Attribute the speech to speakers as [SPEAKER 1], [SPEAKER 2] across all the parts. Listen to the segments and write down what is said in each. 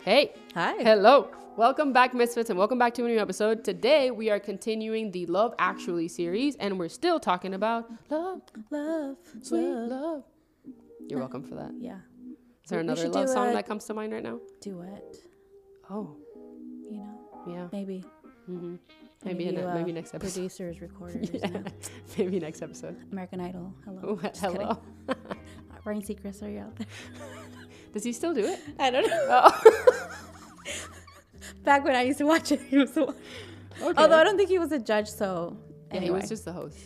[SPEAKER 1] Hey.
[SPEAKER 2] Hi.
[SPEAKER 1] Hello. Welcome back, Misfits, and welcome back to a new episode. Today, we are continuing the Love Actually series, and we're still talking about love,
[SPEAKER 2] Love.
[SPEAKER 1] sweet
[SPEAKER 2] love.
[SPEAKER 1] love. You're welcome for that.
[SPEAKER 2] Yeah.
[SPEAKER 1] Is there
[SPEAKER 2] We- we
[SPEAKER 1] another
[SPEAKER 2] should
[SPEAKER 1] love
[SPEAKER 2] do
[SPEAKER 1] song
[SPEAKER 2] a-
[SPEAKER 1] that comes to mind right now?
[SPEAKER 2] Duet.
[SPEAKER 1] Oh,
[SPEAKER 2] You know,
[SPEAKER 1] yeah.
[SPEAKER 2] maybe.
[SPEAKER 1] hmm Maybe, in
[SPEAKER 2] you,
[SPEAKER 1] a,
[SPEAKER 2] uh,
[SPEAKER 1] maybe next episode.
[SPEAKER 2] Producers, recorders.
[SPEAKER 1] Yeah.
[SPEAKER 2] you know.
[SPEAKER 1] maybe next episode.
[SPEAKER 2] American Idol. Hello.
[SPEAKER 1] Ooh,
[SPEAKER 2] Just
[SPEAKER 1] hello.
[SPEAKER 2] kidding. Ryan Seacrest, are you out there?
[SPEAKER 1] Does he still do it?
[SPEAKER 2] I don't know.
[SPEAKER 1] Oh.
[SPEAKER 2] Oh. Back when I used to watch it, he was the one.
[SPEAKER 1] okay.
[SPEAKER 2] Although I don't think he was a judge, so
[SPEAKER 1] yeah,
[SPEAKER 2] anyway.
[SPEAKER 1] he was just the host.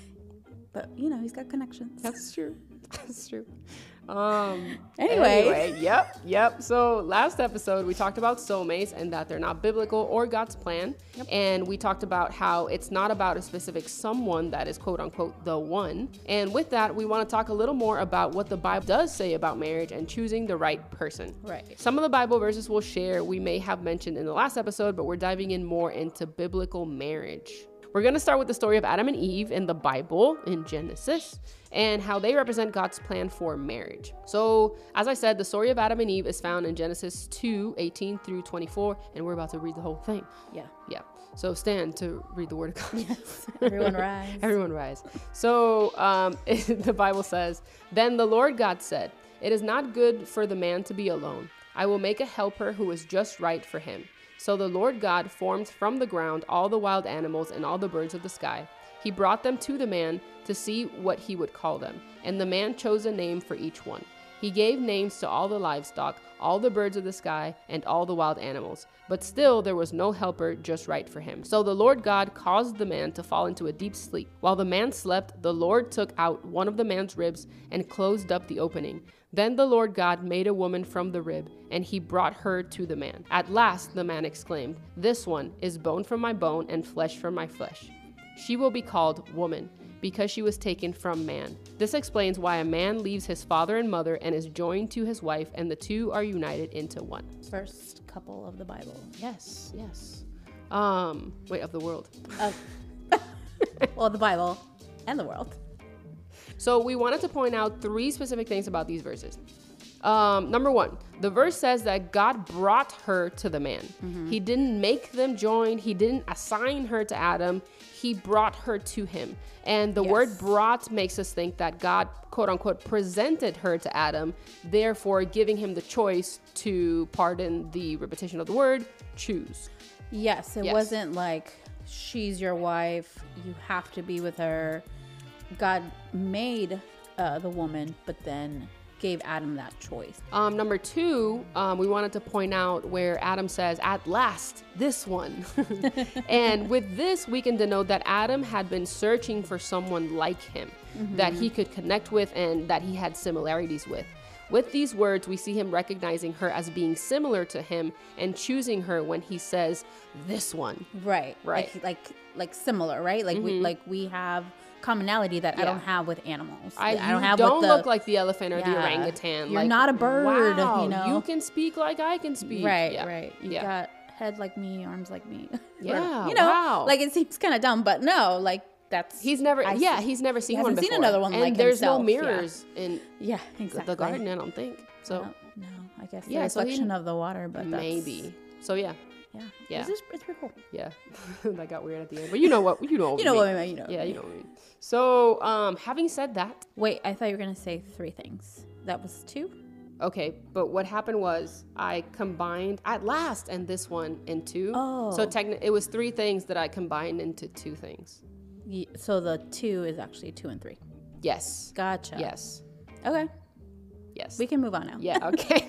[SPEAKER 2] but you know, he's got connections.
[SPEAKER 1] That's true. That's true. Um.
[SPEAKER 2] Anyway.
[SPEAKER 1] Yep. Yep. So last episode we talked about soulmates and that they're not biblical or God's plan, and we talked about how it's not about a specific someone that is quote unquote the one. And with that, we want to talk a little more about what the Bible does say about marriage and choosing the right person.
[SPEAKER 2] Right.
[SPEAKER 1] Some of the Bible verses we'll share we may have mentioned in the last episode, but we're diving in more into biblical marriage. We're going to start with the story of Adam and Eve in the Bible in Genesis and how they represent God's plan for marriage. So, as I said, the story of Adam and Eve is found in Genesis 2 18 through 24, and we're about to read the whole thing.
[SPEAKER 2] Yeah.
[SPEAKER 1] Yeah. So, stand to read the Word of God.
[SPEAKER 2] Everyone rise.
[SPEAKER 1] Everyone rise. So um, the Bible says, Then the Lord God said, It is not good for the man to be alone. I will make a helper who is just right for him. So the Lord God formed from the ground all the wild animals and all the birds of the sky. He brought them to the man to see what he would call them. And the man chose a name for each one. He gave names to all the livestock, all the birds of the sky, and all the wild animals. But still, there was no helper just right for him. So the Lord God caused the man to fall into a deep sleep. While the man slept, the Lord took out one of the man's ribs and closed up the opening. Then the Lord God made a woman from the rib, and he brought her to the man. At last, the man exclaimed, This one is bone from my bone and flesh from my flesh. She will be called woman because she was taken from man. This explains why a man leaves his father and mother and is joined to his wife, and the two are united into one.
[SPEAKER 2] First couple of the Bible.
[SPEAKER 1] Yes, yes. Um, wait, of the world.
[SPEAKER 2] Of, Uh, well, the Bible and the world.
[SPEAKER 1] So we wanted to point out three specific things about these verses. Um, number one, the verse says that God brought her to the man. He didn't make them join. He didn't assign her to Adam. He brought her to him. And the word
[SPEAKER 2] Yes.
[SPEAKER 1] brought makes us think that God, quote unquote, presented her to Adam, therefore giving him the choice to pardon the repetition of the word, choose.
[SPEAKER 2] Yes, it
[SPEAKER 1] Yes.
[SPEAKER 2] wasn't like she's your wife, you have to be with her. God made uh, the woman, but then gave Adam that choice.
[SPEAKER 1] Um, number two, um, we wanted to point out where Adam says, at last, this one. and with this, we can denote that Adam had been searching for someone like him
[SPEAKER 2] Mm-hmm.
[SPEAKER 1] that he could connect with and that he had similarities with. With these words, we see him recognizing her as being similar to him and choosing her when he says, this one.
[SPEAKER 2] Right.
[SPEAKER 1] Right. Mm-hmm.
[SPEAKER 2] Like like, like similar, right? Like we like we have commonality that I
[SPEAKER 1] Yeah.
[SPEAKER 2] don't have with animals.
[SPEAKER 1] I,
[SPEAKER 2] That
[SPEAKER 1] you
[SPEAKER 2] don't have with
[SPEAKER 1] don't
[SPEAKER 2] the-
[SPEAKER 1] look like the elephant or the
[SPEAKER 2] Yeah.
[SPEAKER 1] orangutan.
[SPEAKER 2] You're
[SPEAKER 1] like,
[SPEAKER 2] not a bird, you
[SPEAKER 1] Wow,
[SPEAKER 2] know?"
[SPEAKER 1] can speak like I can speak.
[SPEAKER 2] Right,
[SPEAKER 1] Yeah,
[SPEAKER 2] right. You
[SPEAKER 1] yeah.
[SPEAKER 2] got head like me, arms like me. Or,
[SPEAKER 1] Yeah,
[SPEAKER 2] you know,
[SPEAKER 1] wow.
[SPEAKER 2] like it seems kind of dumb, but no, like that's
[SPEAKER 1] He's never,
[SPEAKER 2] I
[SPEAKER 1] yeah,
[SPEAKER 2] see-
[SPEAKER 1] he's never seen one
[SPEAKER 2] hasn't
[SPEAKER 1] before.
[SPEAKER 2] seen another one
[SPEAKER 1] and
[SPEAKER 2] like
[SPEAKER 1] there's no
[SPEAKER 2] himself, yeah.
[SPEAKER 1] mirrors in
[SPEAKER 2] yeah,
[SPEAKER 1] the-
[SPEAKER 2] exactly.
[SPEAKER 1] the garden. I don't think so.
[SPEAKER 2] No, Oh, no, I guess
[SPEAKER 1] Yeah,
[SPEAKER 2] the
[SPEAKER 1] so he-
[SPEAKER 2] reflection of the water, but that's,
[SPEAKER 1] Maybe. So yeah,
[SPEAKER 2] Yeah.
[SPEAKER 1] Yeah.
[SPEAKER 2] This is, it's pretty cool.
[SPEAKER 1] yeah, that got weird at the end. But you know what? You know. What
[SPEAKER 2] You know
[SPEAKER 1] we
[SPEAKER 2] what
[SPEAKER 1] mean.
[SPEAKER 2] I mean, you know.
[SPEAKER 1] Yeah, you know what I mean. So, um, having said that,
[SPEAKER 2] Wait, I thought you were gonna say three things. That was two.
[SPEAKER 1] okay. But what happened was I combined at last and this one into. So
[SPEAKER 2] Oh.
[SPEAKER 1] techni- it was three things that I combined into two things.
[SPEAKER 2] Ye- So the two is actually two and three.
[SPEAKER 1] Yes.
[SPEAKER 2] Gotcha.
[SPEAKER 1] Yes.
[SPEAKER 2] Okay.
[SPEAKER 1] Yes.
[SPEAKER 2] We can move on now.
[SPEAKER 1] yeah. Okay.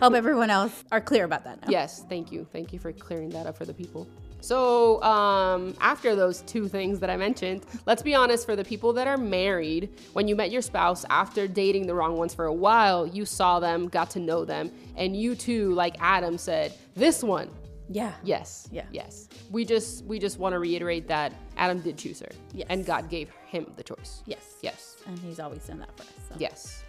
[SPEAKER 2] Hope everyone else are clear about that now.
[SPEAKER 1] Yes, thank you. Thank you for clearing that up for the people. So, um, after those two things that I mentioned, let's be honest for the people that are married, when you met your spouse after dating the wrong ones for a while, you saw them, got to know them, and you too, like Adam said, this one.
[SPEAKER 2] Yeah.
[SPEAKER 1] Yes.
[SPEAKER 2] Yeah.
[SPEAKER 1] Yes. We just we just want to reiterate that Adam did choose her.
[SPEAKER 2] Yes.
[SPEAKER 1] And God gave him the choice.
[SPEAKER 2] Yes.
[SPEAKER 1] Yes.
[SPEAKER 2] And he's always done that for us. So.
[SPEAKER 1] Yes.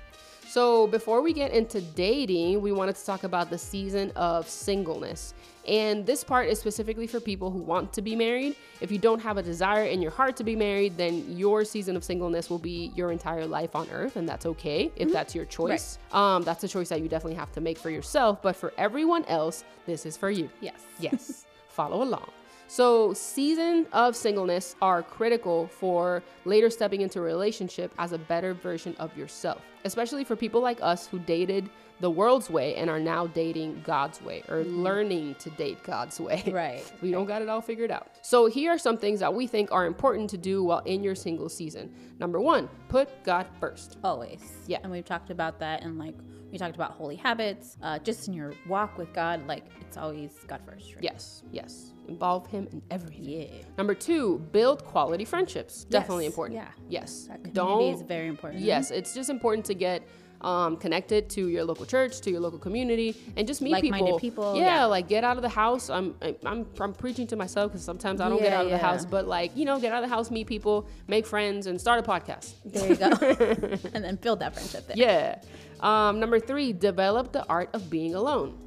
[SPEAKER 1] So, before we get into dating, we wanted to talk about the season of singleness. And this part is specifically for people who want to be married. If you don't have a desire in your heart to be married, then your season of singleness will be your entire life on earth, and that's okay if that's your choice. Um, that's a choice that you definitely have to make for yourself, but for everyone else, this is for you.
[SPEAKER 2] Yes.
[SPEAKER 1] Yes. Follow along. So, season of singleness are critical for later stepping into a relationship as a better version of yourself, especially for people like us who dated the world's way and are now dating God's way or learning to date God's way.
[SPEAKER 2] Mm-hmm. Right.
[SPEAKER 1] We don't got it all figured out. So, here are some things that we think are important to do while in your single season. Number one, put God first.
[SPEAKER 2] Always.
[SPEAKER 1] Yeah.
[SPEAKER 2] And we've talked about that and like we talked about holy habits, uh, just in your walk with God, like it's always God first, right?
[SPEAKER 1] Yes, yes. Involve Him in everything.
[SPEAKER 2] Yeah.
[SPEAKER 1] Number two, build quality friendships. Definitely important.
[SPEAKER 2] yeah.
[SPEAKER 1] Yes.
[SPEAKER 2] That community
[SPEAKER 1] Don't.
[SPEAKER 2] is very important.
[SPEAKER 1] yes, it's just important to get um, connected to your local church, to your local community, and just meet
[SPEAKER 2] Like-minded
[SPEAKER 1] people.
[SPEAKER 2] people,
[SPEAKER 1] Yeah,
[SPEAKER 2] yeah.
[SPEAKER 1] like get out of the house. I'm I'm I'm, I'm preaching to myself because sometimes I don't get
[SPEAKER 2] Yeah,
[SPEAKER 1] out of the
[SPEAKER 2] yeah.
[SPEAKER 1] house, but like you know, get out of the house, meet people, make friends, and start a podcast.
[SPEAKER 2] There you go. and then build that friendship there.
[SPEAKER 1] Yeah. Um, number three, develop the art of being alone.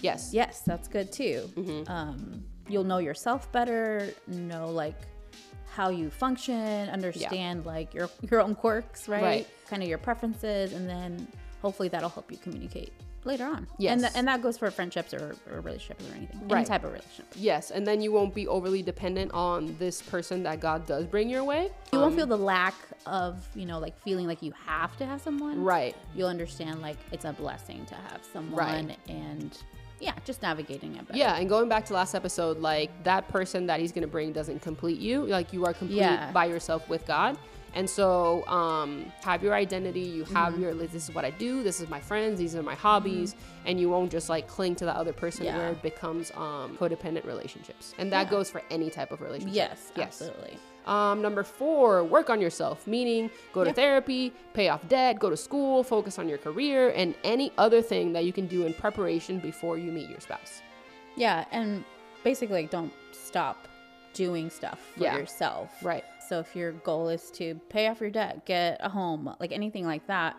[SPEAKER 1] Yes.
[SPEAKER 2] Yes, that's good too.
[SPEAKER 1] Mm-hmm.
[SPEAKER 2] Um, you'll know yourself better, know like how you function, understand like your your own quirks, right?
[SPEAKER 1] Right.
[SPEAKER 2] Kind of your preferences, and then hopefully that'll help you communicate later on.
[SPEAKER 1] Yes.
[SPEAKER 2] and, th- and that goes for friendships or, or relationships or anything, any
[SPEAKER 1] Right.
[SPEAKER 2] type of relationship.
[SPEAKER 1] Yes, and then you won't be overly dependent on this person that God does bring your way.
[SPEAKER 2] You won't feel the lack of you know like feeling like you have to have someone.
[SPEAKER 1] Right.
[SPEAKER 2] You'll understand like it's a blessing to have someone, and yeah, just navigating it. Better.
[SPEAKER 1] Yeah, and going back to last episode, like that person that he's gonna bring doesn't complete you. Like you are complete
[SPEAKER 2] Yeah.
[SPEAKER 1] by yourself with God. And so, um, have your identity. You have
[SPEAKER 2] Mm-hmm.
[SPEAKER 1] your. like, This is what I do. This is my friends. These are my hobbies. And you won't just like cling to that other person
[SPEAKER 2] Yeah.
[SPEAKER 1] where it becomes um, codependent relationships. And that goes for any type of relationship.
[SPEAKER 2] Yes, absolutely.
[SPEAKER 1] Um, number four, work on yourself, meaning go to therapy, pay off debt, go to school, focus on your career, and any other thing that you can do in preparation before you meet your spouse.
[SPEAKER 2] Yeah, and basically like, don't stop doing stuff for
[SPEAKER 1] Yeah.
[SPEAKER 2] yourself.
[SPEAKER 1] Right.
[SPEAKER 2] So if your goal is to pay off your debt, get a home, like anything like that,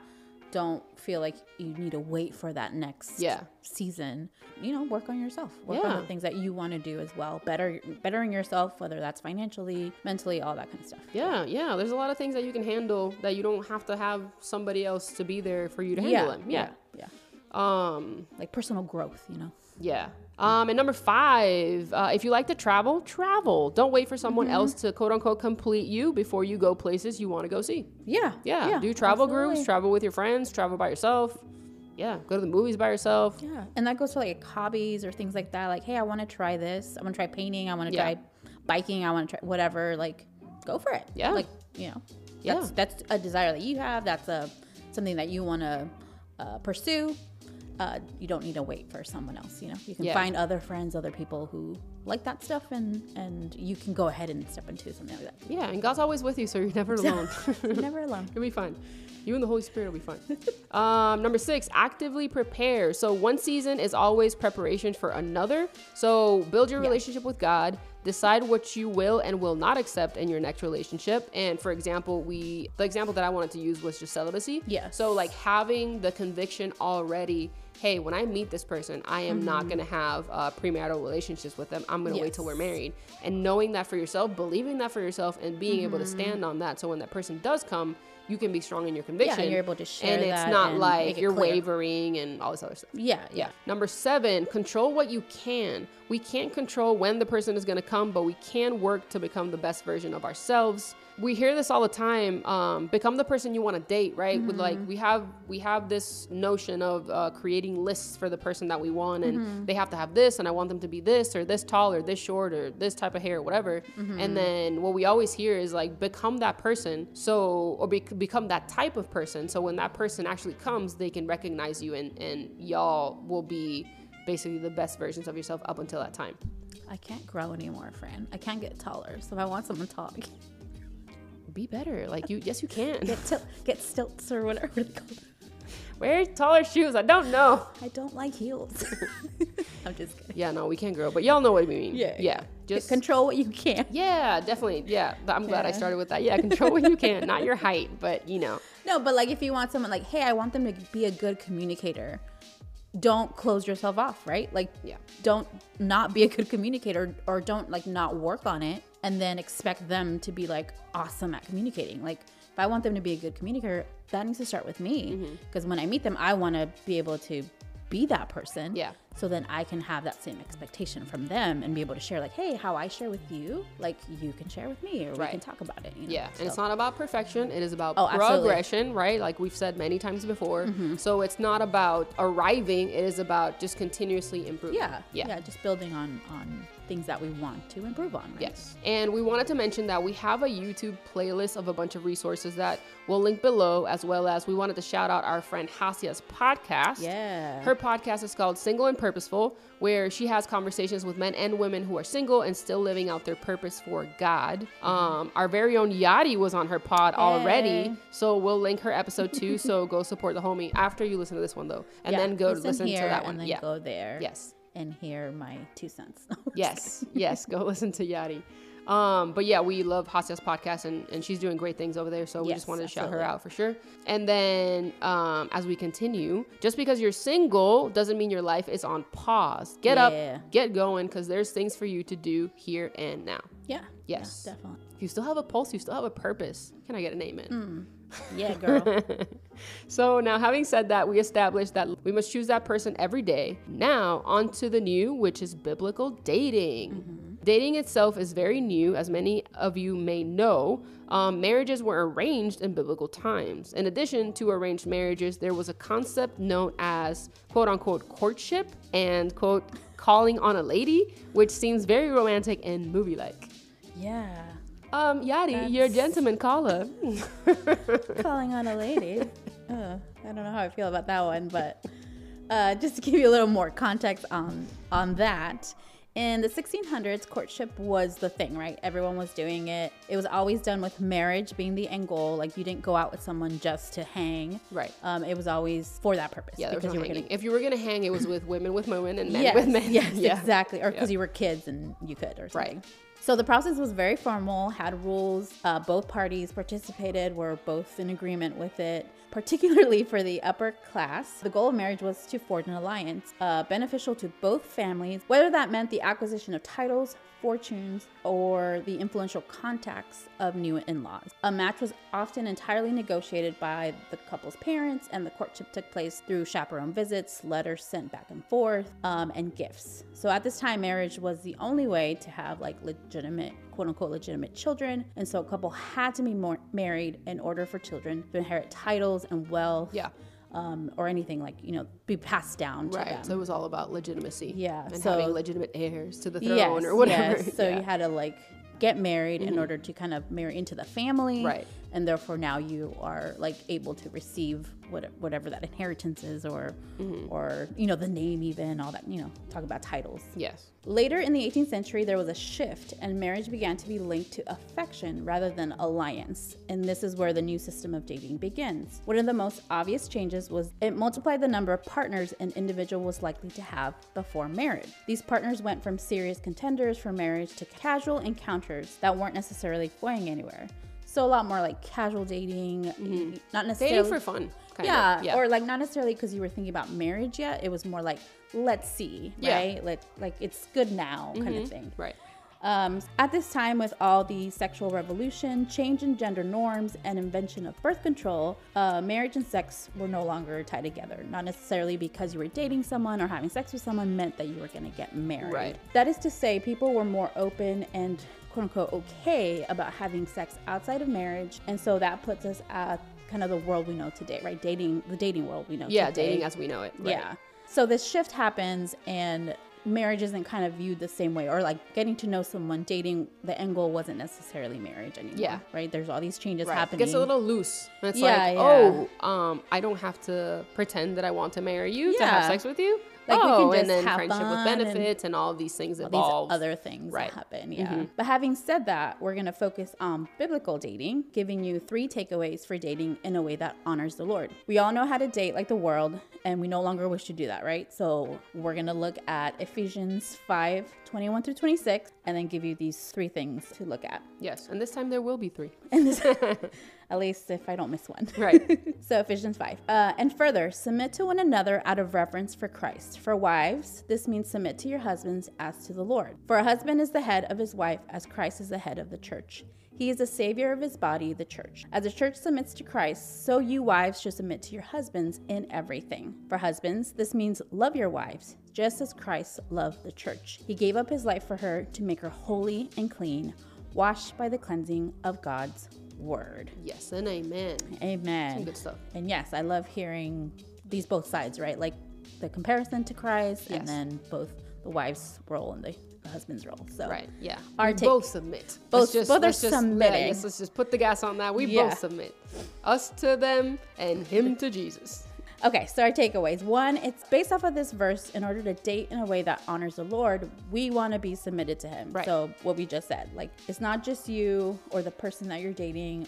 [SPEAKER 2] don't feel like you need to wait for that next
[SPEAKER 1] Yeah.
[SPEAKER 2] season. You know, work on yourself. Work on
[SPEAKER 1] Yeah.
[SPEAKER 2] the things that you want to do as well. Better bettering yourself, whether that's financially, mentally, all that kind of stuff.
[SPEAKER 1] Yeah, yeah. There's a lot of things that you can handle that you don't have to have somebody else to be there for you to handle them. Yeah.
[SPEAKER 2] Yeah.
[SPEAKER 1] Um,
[SPEAKER 2] Like personal growth, you know.
[SPEAKER 1] yeah. Um, and number five, uh, if you like to travel, travel. Don't wait for someone
[SPEAKER 2] Mm-hmm.
[SPEAKER 1] else to quote unquote complete you before you go places you want to go see.
[SPEAKER 2] Yeah.
[SPEAKER 1] Yeah. do travel
[SPEAKER 2] absolutely.
[SPEAKER 1] groups, travel with your friends, travel by yourself. Yeah. Go to the movies by yourself.
[SPEAKER 2] Yeah, and that goes for like hobbies or things like that. Like, hey, I want to try this. I want to try painting. I want to
[SPEAKER 1] Yeah.
[SPEAKER 2] try biking. I want to try whatever. Like, go for it.
[SPEAKER 1] Yeah.
[SPEAKER 2] Like, you know,
[SPEAKER 1] Yeah.
[SPEAKER 2] that's that's a desire that you have. That's a something that you want to uh, pursue. Uh, you don't need to wait for someone else. You know, you can
[SPEAKER 1] Yeah.
[SPEAKER 2] find other friends, other people who like that stuff, and and you can go ahead and step into something like that.
[SPEAKER 1] Yeah. And God's always with you, so you're never alone.
[SPEAKER 2] You're never alone.
[SPEAKER 1] It'll be fun. You and the Holy Spirit will be fun. um, number six, actively prepare. So one season is always preparation for another. So build your relationship with God. Decide what you will and will not accept in your next relationship. And for example, we the example that I wanted to use was just celibacy.
[SPEAKER 2] Yes.
[SPEAKER 1] So like having the conviction already. Hey, when I meet this person, I am not gonna have uh, premarital relationships with them. I'm gonna wait till
[SPEAKER 2] Mm-hmm.
[SPEAKER 1] we're
[SPEAKER 2] Yes.
[SPEAKER 1] married. And knowing that for yourself, believing that for yourself, and being able
[SPEAKER 2] Mm-hmm.
[SPEAKER 1] to stand on that. So when that person does come, you can be strong in your conviction.
[SPEAKER 2] you're able to share
[SPEAKER 1] And it's
[SPEAKER 2] that
[SPEAKER 1] not
[SPEAKER 2] and
[SPEAKER 1] like
[SPEAKER 2] make it
[SPEAKER 1] you're
[SPEAKER 2] clear.
[SPEAKER 1] wavering and all this other stuff.
[SPEAKER 2] Yeah, yeah.
[SPEAKER 1] Yeah. Number seven, control what you can. We can't control when the person is going to come, but we can work to become the best version of ourselves. We hear this all the time. Um, become the person you want to date, right? With like we have we have this notion of uh, creating lists for the person that we want, and they have to have this, and I want them to be this or this tall or this short or this type of hair or whatever. And then what we always hear is like become that person, so or be- become that type of person. So when that person actually comes, they can recognize you, and and y'all will be basically the best versions of yourself up until that time.
[SPEAKER 2] I can't grow anymore, Fran. I can't get taller. So if I want someone tall, I can't
[SPEAKER 1] Be better, like you. Yes, you can.
[SPEAKER 2] get, til- get stilts or whatever they call them.
[SPEAKER 1] Wear taller shoes. I don't know.
[SPEAKER 2] I don't like heels. I'm just kidding.
[SPEAKER 1] Yeah, no, we can't grow, but y'all know what I mean.
[SPEAKER 2] Yeah.
[SPEAKER 1] yeah. Just
[SPEAKER 2] Control what you can.
[SPEAKER 1] Yeah, definitely. Yeah, Th- I'm glad I
[SPEAKER 2] Yeah.
[SPEAKER 1] started with that. Yeah, control what you can, not your height, but you know,
[SPEAKER 2] No, but like if you want someone like, hey, I want them to be a good communicator, don't close yourself off, right? Like,
[SPEAKER 1] Yeah.
[SPEAKER 2] don't not be a good communicator or don't like not work on it and then expect them to be like awesome at communicating. Like, if I want them to be a good communicator, that needs to start with
[SPEAKER 1] Mm-hmm.
[SPEAKER 2] me because when I meet them, I want to be able to be that person.
[SPEAKER 1] Yeah.
[SPEAKER 2] So then I can have that same expectation from them and be able to share like, hey, how I share with you, like you can share with me or we
[SPEAKER 1] Right.
[SPEAKER 2] can talk about it. you know?
[SPEAKER 1] Yeah, and it's
[SPEAKER 2] So-
[SPEAKER 1] not about perfection. It is about
[SPEAKER 2] Oh, absolutely. Mm-hmm.
[SPEAKER 1] progression, right? Like we've said many times before. So it's not about arriving. It is about just continuously improving.
[SPEAKER 2] yeah,
[SPEAKER 1] yeah.
[SPEAKER 2] yeah, just building on on things that we want to improve on. Right?
[SPEAKER 1] Yes. And we wanted to mention that we have a YouTube playlist of a bunch of resources that we'll link below, as well as we wanted to shout out our friend Hasia's podcast.
[SPEAKER 2] Yeah.
[SPEAKER 1] Her podcast is called Single and Purposeful, where she has conversations with men and women who are single and still living out their purpose for God.
[SPEAKER 2] Mm-hmm.
[SPEAKER 1] Um, our very own Yadi was on her pod
[SPEAKER 2] Hey.
[SPEAKER 1] already, so we'll link her episode too. so go support the homie after you listen to this one, though, and
[SPEAKER 2] Yeah,
[SPEAKER 1] then go to listen
[SPEAKER 2] here
[SPEAKER 1] to that one.
[SPEAKER 2] And then
[SPEAKER 1] yeah.
[SPEAKER 2] go there.
[SPEAKER 1] Yes.
[SPEAKER 2] And hear my two cents.
[SPEAKER 1] Yes, yes, go listen to Yadi. Um, but yeah, we love Hasia's podcast and, and she's doing great things over there. So we
[SPEAKER 2] Yes,
[SPEAKER 1] just wanted to shout her
[SPEAKER 2] absolutely.
[SPEAKER 1] out for sure. And then um, as we continue, just because you're single doesn't mean your life is on pause. Get
[SPEAKER 2] Yeah.
[SPEAKER 1] up, get going, because there's things for you to do here and now.
[SPEAKER 2] yeah.
[SPEAKER 1] Yes.
[SPEAKER 2] Yeah, definitely.
[SPEAKER 1] If you still have a pulse, you still have a purpose. Can I get an amen?
[SPEAKER 2] Yeah, girl.
[SPEAKER 1] So now, having said that, we established that we must choose that person every day. Now, on to the new, which is biblical dating. Dating itself is very new, as many of you may know. Um, marriages were arranged in biblical times. In addition to arranged marriages, there was a concept known as quote unquote courtship and quote calling on a lady, which seems very romantic and movie like.
[SPEAKER 2] yeah.
[SPEAKER 1] Um, Yadi, you're a
[SPEAKER 2] That's-
[SPEAKER 1] gentleman caller.
[SPEAKER 2] Calling on a lady. Uh, I don't know how I feel about that one, but uh, just to give you a little more context on on that. In the 1600s, courtship was the thing, right? Everyone was doing it. It was always done with marriage being the end goal. Like you didn't go out with someone just to hang.
[SPEAKER 1] Right.
[SPEAKER 2] Um, it was always for that purpose.
[SPEAKER 1] Yeah, there was no
[SPEAKER 2] you were
[SPEAKER 1] hanging.
[SPEAKER 2] gonna
[SPEAKER 1] If you were gonna hang, it was with women with women and men
[SPEAKER 2] yes,
[SPEAKER 1] with men.
[SPEAKER 2] Yes,
[SPEAKER 1] yeah.
[SPEAKER 2] exactly. Or because you were kids and you could, or something.
[SPEAKER 1] Right.
[SPEAKER 2] So the process was very formal, had rules. Uh, both parties participated, were both in agreement with it. Particularly for the upper class, the goal of marriage was to forge an alliance uh, beneficial to both families, whether that meant the acquisition of titles, fortunes, or the influential contacts of new in laws. A match was often entirely negotiated by the couple's parents, and the courtship took place through chaperone visits, letters sent back and forth, um, and gifts. So at this time, marriage was the only way to have like legitimate, quote unquote, legitimate children. And so a couple had to be more married in order for children to inherit titles and wealth.
[SPEAKER 1] Yeah.
[SPEAKER 2] Um, or anything like, you know, be passed down to
[SPEAKER 1] Right.
[SPEAKER 2] them.
[SPEAKER 1] So it was all about legitimacy.
[SPEAKER 2] Yeah,
[SPEAKER 1] And
[SPEAKER 2] so-
[SPEAKER 1] having legitimate heirs to the throne
[SPEAKER 2] yes,
[SPEAKER 1] or whatever.
[SPEAKER 2] yes. So
[SPEAKER 1] yeah. Mm-hmm.
[SPEAKER 2] you had to like get married in order to kind of marry into the family,
[SPEAKER 1] Right.
[SPEAKER 2] And therefore now you are like able to receive what, whatever that inheritance is, or
[SPEAKER 1] Mm-hmm.
[SPEAKER 2] or you know the name even all that you know talk about titles.
[SPEAKER 1] Yes.
[SPEAKER 2] Later in the 18th century, there was a shift, and marriage began to be linked to affection rather than alliance. And this is where the new system of dating begins. One of the most obvious changes was it multiplied the number of partners an individual was likely to have before marriage. These partners went from serious contenders for marriage to casual encounters that weren't necessarily going anywhere. So a lot more like casual dating, not necessarily
[SPEAKER 1] Mm-hmm. Dating for fun. Kind
[SPEAKER 2] yeah,
[SPEAKER 1] Of. Yeah.
[SPEAKER 2] or like not necessarily because you were thinking about marriage yet. It was more like let's see,
[SPEAKER 1] Yeah. Mm-hmm.
[SPEAKER 2] right? Like like it's good now kind of thing.
[SPEAKER 1] right.
[SPEAKER 2] Um, at this time, with all the sexual revolution, change in gender norms, and invention of birth control, uh, marriage and sex were no longer tied together. Not necessarily because you were dating someone or having sex with someone meant that you were going to get married.
[SPEAKER 1] Right.
[SPEAKER 2] That is to say, people were more open and quote unquote okay about having sex outside of marriage, and so that puts us at kind of the world we know today, right? Dating, the dating world we know.
[SPEAKER 1] Yeah,
[SPEAKER 2] today.
[SPEAKER 1] dating as we know it. Right.
[SPEAKER 2] Yeah. So this shift happens and marriage isn't kind of viewed the same way or like getting to know someone dating the end goal wasn't necessarily marriage anymore.
[SPEAKER 1] Yeah.
[SPEAKER 2] Right? There's all these changes
[SPEAKER 1] Right. It
[SPEAKER 2] happening.
[SPEAKER 1] gets a little loose. And it's
[SPEAKER 2] Yeah,
[SPEAKER 1] like,
[SPEAKER 2] yeah.
[SPEAKER 1] oh, um, I don't have to pretend that I want to marry you to have
[SPEAKER 2] Yeah.
[SPEAKER 1] sex with you.
[SPEAKER 2] Like, we can
[SPEAKER 1] oh,
[SPEAKER 2] just
[SPEAKER 1] and then
[SPEAKER 2] have
[SPEAKER 1] friendship with
[SPEAKER 2] fun and-
[SPEAKER 1] benefits and, all these things
[SPEAKER 2] these
[SPEAKER 1] involved.
[SPEAKER 2] other things
[SPEAKER 1] Right. Mm-hmm.
[SPEAKER 2] that happen. Yeah. But having said that, we're going to focus on biblical dating, giving you three takeaways for dating in a way that honors the Lord. We all know how to date like the world, and we no longer wish to do that, right? So we're going to look at Ephesians 5 21 through 26, and then give you these three things to look at.
[SPEAKER 1] yes. And this time there will be three.
[SPEAKER 2] And this, at least if I don't miss one.
[SPEAKER 1] Right.
[SPEAKER 2] so Ephesians 5. Uh, and further, submit to one another out of reverence for Christ. For wives, this means submit to your husbands as to the Lord. For a husband is the head of his wife as Christ is the head of the church. He is the savior of his body, the church. As the church submits to Christ, so you wives should submit to your husbands in everything. For husbands, this means love your wives, just as Christ loved the church. He gave up his life for her to make her holy and clean, washed by the cleansing of God's word.
[SPEAKER 1] yes and amen.
[SPEAKER 2] Amen.
[SPEAKER 1] Good stuff.
[SPEAKER 2] And yes, I love hearing these both sides, right? Like the comparison to Christ
[SPEAKER 1] Yes.
[SPEAKER 2] and then both the wife's role and the, the husband's role. So
[SPEAKER 1] Right. Yeah.
[SPEAKER 2] Our
[SPEAKER 1] we
[SPEAKER 2] take.
[SPEAKER 1] both submit.
[SPEAKER 2] Both- both are
[SPEAKER 1] let's just, yeah,
[SPEAKER 2] submitting.
[SPEAKER 1] yes, let's just put the gas on that. We
[SPEAKER 2] Yeah.
[SPEAKER 1] both submit. Us to them and him to Jesus.
[SPEAKER 2] Okay, so our takeaways. One, it's based off of this verse. In order to date in a way that honors the Lord, we want to be submitted to Him.
[SPEAKER 1] Right.
[SPEAKER 2] So, what we just said, like, it's not just you or the person that you're dating.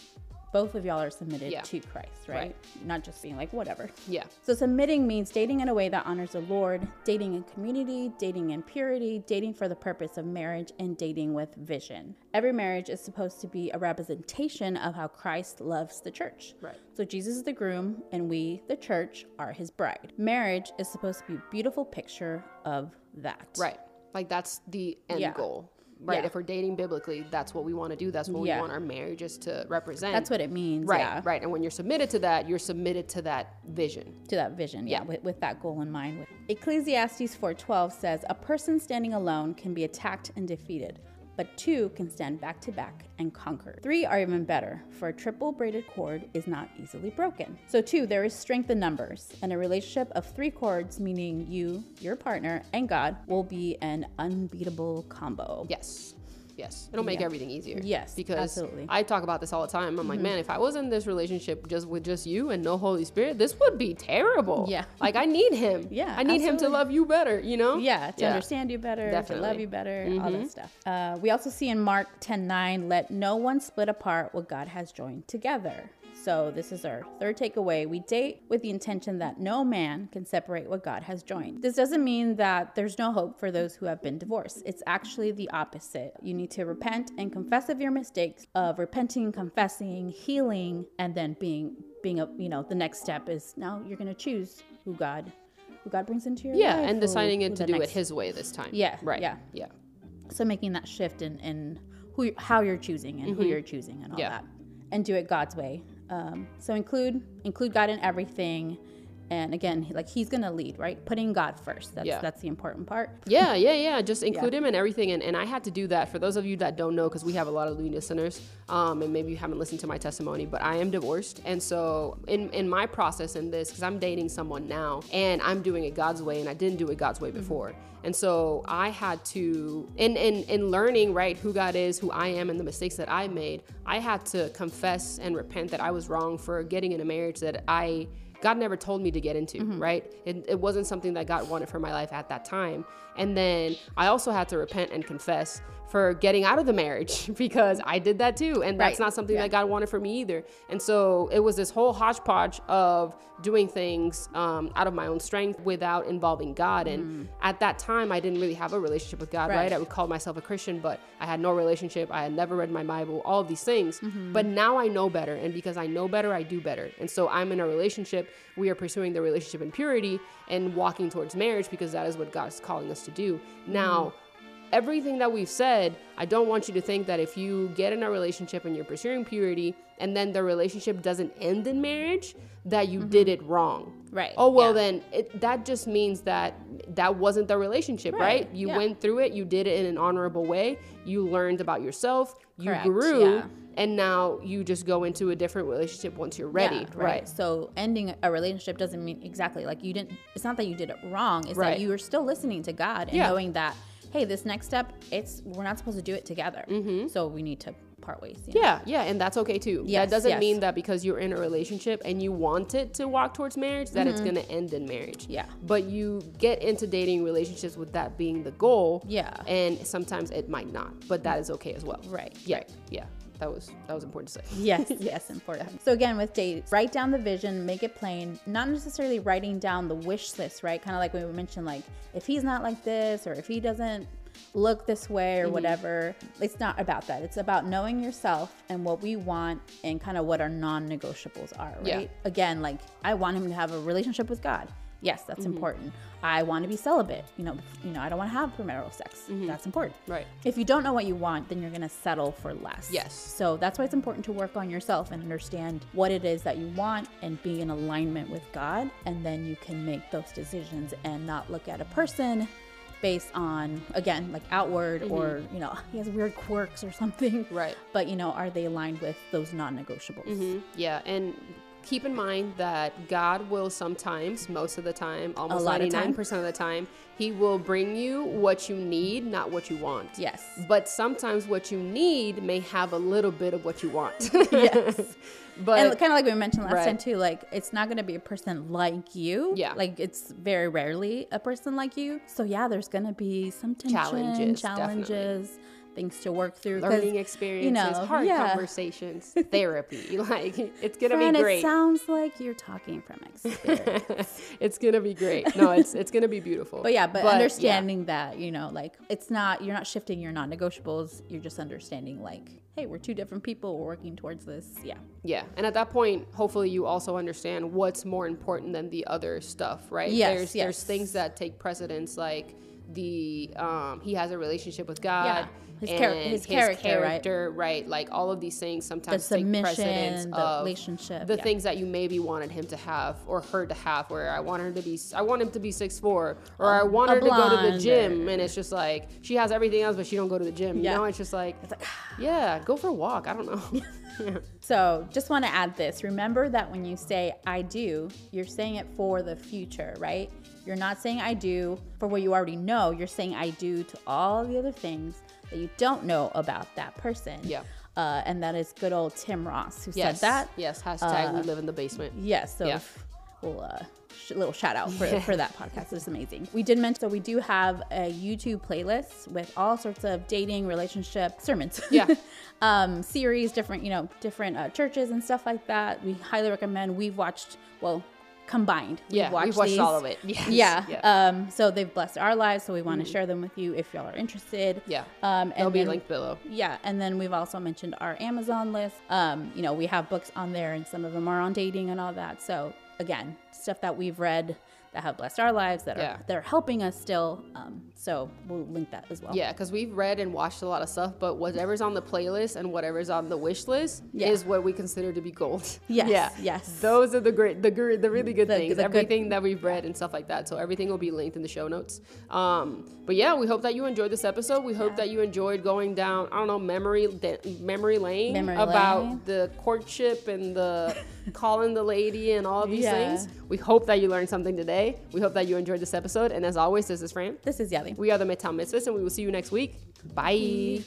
[SPEAKER 2] Both of y'all are submitted
[SPEAKER 1] Yeah.
[SPEAKER 2] to Christ, right?
[SPEAKER 1] Right.
[SPEAKER 2] Not just being like, whatever.
[SPEAKER 1] Yeah.
[SPEAKER 2] So, submitting means dating in a way that honors the Lord, dating in community, dating in purity, dating for the purpose of marriage, and dating with vision. Every marriage is supposed to be a representation of how Christ loves the church.
[SPEAKER 1] Right.
[SPEAKER 2] So, Jesus is the groom, and we, the church, are his bride. Marriage is supposed to be a beautiful picture of that.
[SPEAKER 1] Right. Like that's the end
[SPEAKER 2] Yeah.
[SPEAKER 1] goal. Right.
[SPEAKER 2] Yeah.
[SPEAKER 1] If we're dating biblically, that's what we want to do. That's what
[SPEAKER 2] Yeah.
[SPEAKER 1] we want our marriages to represent.
[SPEAKER 2] That's what it means.
[SPEAKER 1] Right.
[SPEAKER 2] yeah,
[SPEAKER 1] Right. And when you're submitted to that, you're submitted to that vision.
[SPEAKER 2] to that vision yeah, with, with that goal in mind ecclesiastes 4.12 says a person standing alone can be attacked and defeated but two can stand back to back and conquer three are even better for a triple braided cord is not easily broken so two there is strength in numbers and a relationship of three cords meaning you your partner and god will be an unbeatable combo
[SPEAKER 1] Yes. Yes. It'll make everything easier.
[SPEAKER 2] Yes,
[SPEAKER 1] Because
[SPEAKER 2] absolutely. Mm-hmm.
[SPEAKER 1] I talk about this all the time. I'm like, man, if I was in this relationship just with just you and no Holy Spirit, this would be terrible.
[SPEAKER 2] Yeah.
[SPEAKER 1] Like I need him.
[SPEAKER 2] Yeah,
[SPEAKER 1] I need him to
[SPEAKER 2] absolutely.
[SPEAKER 1] love you better, you know?
[SPEAKER 2] Yeah, to understand you better, to love
[SPEAKER 1] Definitely. Mm-hmm.
[SPEAKER 2] you better, all that stuff. Uh, we also see in Mark ten nine, let no one split apart what God has joined together. So, this is our third takeaway. We date with the intention that no man can separate what God has joined. This doesn't mean that there's no hope for those who have been divorced. It's actually the opposite. You need to repent and confess of your mistakes, of repenting, confessing, healing, and then being, being a, you know, the next step is now you're going to choose who God. Who God brings into your
[SPEAKER 1] Yeah,
[SPEAKER 2] life,
[SPEAKER 1] and
[SPEAKER 2] who-
[SPEAKER 1] deciding
[SPEAKER 2] who
[SPEAKER 1] it to
[SPEAKER 2] the
[SPEAKER 1] do it
[SPEAKER 2] next
[SPEAKER 1] his way this time.
[SPEAKER 2] Yeah,
[SPEAKER 1] Right.
[SPEAKER 2] yeah.
[SPEAKER 1] Yeah.
[SPEAKER 2] so making that shift in, in who you- how you're choosing and who you're choosing and
[SPEAKER 1] Mm-hmm.
[SPEAKER 2] all
[SPEAKER 1] Yeah.
[SPEAKER 2] that and do it god's way um, so include include god in everything and again he- like he's gonna lead right putting god first that's
[SPEAKER 1] Yeah.
[SPEAKER 2] that's the important part
[SPEAKER 1] Yeah, yeah, yeah. Just include him in everything. And, and I had to do that for those of you that don't know, because we have a lot of new listeners, um, and maybe you haven't listened to my testimony, but I am divorced. And so, in, in my process in this, because I'm dating someone now and I'm doing it God's way, and I didn't do it God's way before. And so, I had to, in, in, in learning, right, who God is, who I am, and the mistakes that I made, I had to confess and repent that I was wrong for getting in a marriage that I. God never told me to get into, right? It, it wasn't something that God wanted for my life at that time. And then I also had to repent and confess for getting out of the marriage because I did that too. And that's
[SPEAKER 2] Right.
[SPEAKER 1] not something that God wanted for me either. And so it was this whole hodgepodge of doing things um, out of my own strength without involving God. And at that time, I didn't really have a relationship with God, right?
[SPEAKER 2] Right.
[SPEAKER 1] I would call myself a Christian, but I had no relationship. I had never read my Bible, all of these things.
[SPEAKER 2] Mm-hmm.
[SPEAKER 1] But now I know better. And because I know better, I do better. And so I'm in a relationship. We are pursuing the relationship in purity and walking towards marriage because that is what God's calling us to do. Now,
[SPEAKER 2] Mm-hmm.
[SPEAKER 1] everything that we've said, I don't want you to think that if you get in a relationship and you're pursuing purity and then the relationship doesn't end in marriage, that you did it wrong.
[SPEAKER 2] Mm-hmm. Right,
[SPEAKER 1] Oh, well,
[SPEAKER 2] yeah.
[SPEAKER 1] then it, that just means that that wasn't the relationship, right?
[SPEAKER 2] Right,
[SPEAKER 1] You
[SPEAKER 2] yeah.
[SPEAKER 1] went through it, you did it in an honorable way, you learned about yourself, you
[SPEAKER 2] Correct,
[SPEAKER 1] grew.
[SPEAKER 2] yeah.
[SPEAKER 1] And now you just go into a different relationship once you're
[SPEAKER 2] Yeah,
[SPEAKER 1] ready, right?
[SPEAKER 2] so ending a relationship doesn't mean exactly like you didn't it's not that you did it wrong it's
[SPEAKER 1] Right.
[SPEAKER 2] that you were still listening to god and
[SPEAKER 1] Yeah.
[SPEAKER 2] knowing that hey this next step it's we're not supposed to do it together
[SPEAKER 1] Mm-hmm.
[SPEAKER 2] so we need to part ways you know?
[SPEAKER 1] Yeah, yeah, and that's okay too.
[SPEAKER 2] Yes,
[SPEAKER 1] that doesn't
[SPEAKER 2] yes.
[SPEAKER 1] mean that because you're in a relationship and you want it to walk towards marriage that it's going to end in marriage.
[SPEAKER 2] Mm-hmm. Yeah.
[SPEAKER 1] But you get into dating relationships with that being the goal.
[SPEAKER 2] Yeah.
[SPEAKER 1] And sometimes it might not, but that is okay as well.
[SPEAKER 2] Right,
[SPEAKER 1] Yeah. Yeah. That was that was important to say.
[SPEAKER 2] yes, yes, important. So again, with dates, write down the vision, make it plain. Not necessarily writing down the wish list, right? Kind of like we mentioned, like if he's not like this, or if he doesn't look this way or
[SPEAKER 1] Mm-hmm.
[SPEAKER 2] whatever. It's not about that. It's about knowing yourself and what we want and kind of what our non negotiables are, right?
[SPEAKER 1] Yeah.
[SPEAKER 2] Again, like I want him to have a relationship with God. Yes, that's
[SPEAKER 1] Mm-hmm.
[SPEAKER 2] important. I want to be celibate. You know, you know, I don't want to have premarital sex. That's important.
[SPEAKER 1] Mm-hmm. Right.
[SPEAKER 2] If you don't know what you want, then you're going to settle for less.
[SPEAKER 1] Yes.
[SPEAKER 2] So that's why it's important to work on yourself and understand what it is that you want and be in alignment with God. And then you can make those decisions and not look at a person based on, again, like outward or, you know, he has weird quirks or something.
[SPEAKER 1] Right.
[SPEAKER 2] But, you know, are they aligned with those non negotiables?
[SPEAKER 1] Mhm. Yeah, and keep in mind that God will sometimes, most of the time, almost
[SPEAKER 2] lot of time.
[SPEAKER 1] 99% of the time, He will bring you what you need, not what you want.
[SPEAKER 2] Yes.
[SPEAKER 1] But sometimes what you need may have a little bit of what you want.
[SPEAKER 2] Yes.
[SPEAKER 1] but
[SPEAKER 2] and kind of like we mentioned last
[SPEAKER 1] Right.
[SPEAKER 2] time too, like it's not going to be a person like you.
[SPEAKER 1] Yeah.
[SPEAKER 2] Like it's very rarely a person like you. So yeah, there's going to be some tension,
[SPEAKER 1] Challenges,
[SPEAKER 2] challenges,
[SPEAKER 1] definitely.
[SPEAKER 2] things to work through. 'cause,
[SPEAKER 1] learning experiences, hard
[SPEAKER 2] yeah.
[SPEAKER 1] conversations, therapy, like it's gonna
[SPEAKER 2] Fran,
[SPEAKER 1] be great.
[SPEAKER 2] it sounds like you're talking from experience.
[SPEAKER 1] it's gonna be great. No, it's it's gonna be beautiful.
[SPEAKER 2] but yeah, but,
[SPEAKER 1] yeah.
[SPEAKER 2] understanding that, you know, like it's not you're not shifting your non-negotiables. You're just understanding like, hey, we're two different people. We're working towards this. Yeah.
[SPEAKER 1] Yeah. And at that point, hopefully you also understand what's more important than the other stuff, right?
[SPEAKER 2] Yes,
[SPEAKER 1] there's there's
[SPEAKER 2] yes.
[SPEAKER 1] things that take precedence like the um he has a relationship with God.
[SPEAKER 2] Yeah. His char-
[SPEAKER 1] and
[SPEAKER 2] his character, right?
[SPEAKER 1] character, right? Like all of these things
[SPEAKER 2] The
[SPEAKER 1] sometimes take precedence
[SPEAKER 2] submission, the
[SPEAKER 1] of
[SPEAKER 2] relationship.
[SPEAKER 1] the
[SPEAKER 2] yeah.
[SPEAKER 1] things that you maybe wanted him to have or her to have where I want her to be I want him to be six four or I want
[SPEAKER 2] a
[SPEAKER 1] her to go to the
[SPEAKER 2] blonde
[SPEAKER 1] gym
[SPEAKER 2] or-
[SPEAKER 1] and it's just like she has everything else but she don't go to the gym.
[SPEAKER 2] Yeah.
[SPEAKER 1] You know, it's just like, Yeah, go for a walk. I don't know.
[SPEAKER 2] So, just want to add this. Remember that when you say I do, you're saying it for the future, right? You're not saying I do for what you already know. You're saying I do to all the other things that you don't know about that person.
[SPEAKER 1] Yeah.
[SPEAKER 2] Uh, and that is good old Tim Ross who
[SPEAKER 1] yes.
[SPEAKER 2] said that. Uh,
[SPEAKER 1] Yes, hashtag we live in the basement.
[SPEAKER 2] Yes. So
[SPEAKER 1] Yeah.
[SPEAKER 2] f- we'll uh, sh- little shout out for, for that podcast. It's amazing. We did mention so we do have a YouTube playlist with all sorts of dating, relationship sermons.
[SPEAKER 1] Yeah.
[SPEAKER 2] um, series, different you know different uh, churches and stuff like that. We highly recommend. We've watched well combined.
[SPEAKER 1] Yeah, we've watched
[SPEAKER 2] these.
[SPEAKER 1] all of it. Yes.
[SPEAKER 2] Yeah.
[SPEAKER 1] Yeah. Mm-hmm.
[SPEAKER 2] Um, so they've blessed our lives. So we want to share them with you if y'all are interested.
[SPEAKER 1] Yeah.
[SPEAKER 2] Um, and
[SPEAKER 1] It'll be
[SPEAKER 2] then-
[SPEAKER 1] linked below.
[SPEAKER 2] yeah, and then we've also mentioned our Amazon list. Um, you know, we have books on there, and some of them are on dating and all that. So again, stuff that we've read that have blessed our lives that
[SPEAKER 1] Yeah.
[SPEAKER 2] are that are helping us still. Um, so we'll link that as well.
[SPEAKER 1] Yeah, because we've read and watched a lot of stuff, but whatever's on the playlist and whatever's on the wish list
[SPEAKER 2] Yeah.
[SPEAKER 1] is what we consider to be gold.
[SPEAKER 2] Yes,
[SPEAKER 1] yeah.
[SPEAKER 2] yes.
[SPEAKER 1] Those are the great, the gr- the really good
[SPEAKER 2] The-
[SPEAKER 1] things.
[SPEAKER 2] the good-
[SPEAKER 1] everything that we've read and stuff like that. So everything will be linked in the show notes. Um, but yeah, we hope that you enjoyed this episode. We hope that you enjoyed going down. I don't know memory da- memory lane
[SPEAKER 2] Memory
[SPEAKER 1] about
[SPEAKER 2] lane.
[SPEAKER 1] the courtship and the calling the lady and all of these
[SPEAKER 2] Yeah.
[SPEAKER 1] things. We hope that you learned something today. We hope that you enjoyed this episode. And as always, this is Fran.
[SPEAKER 2] This is Yali.
[SPEAKER 1] We are the Midtown Misfits, and we will see you next week. Bye.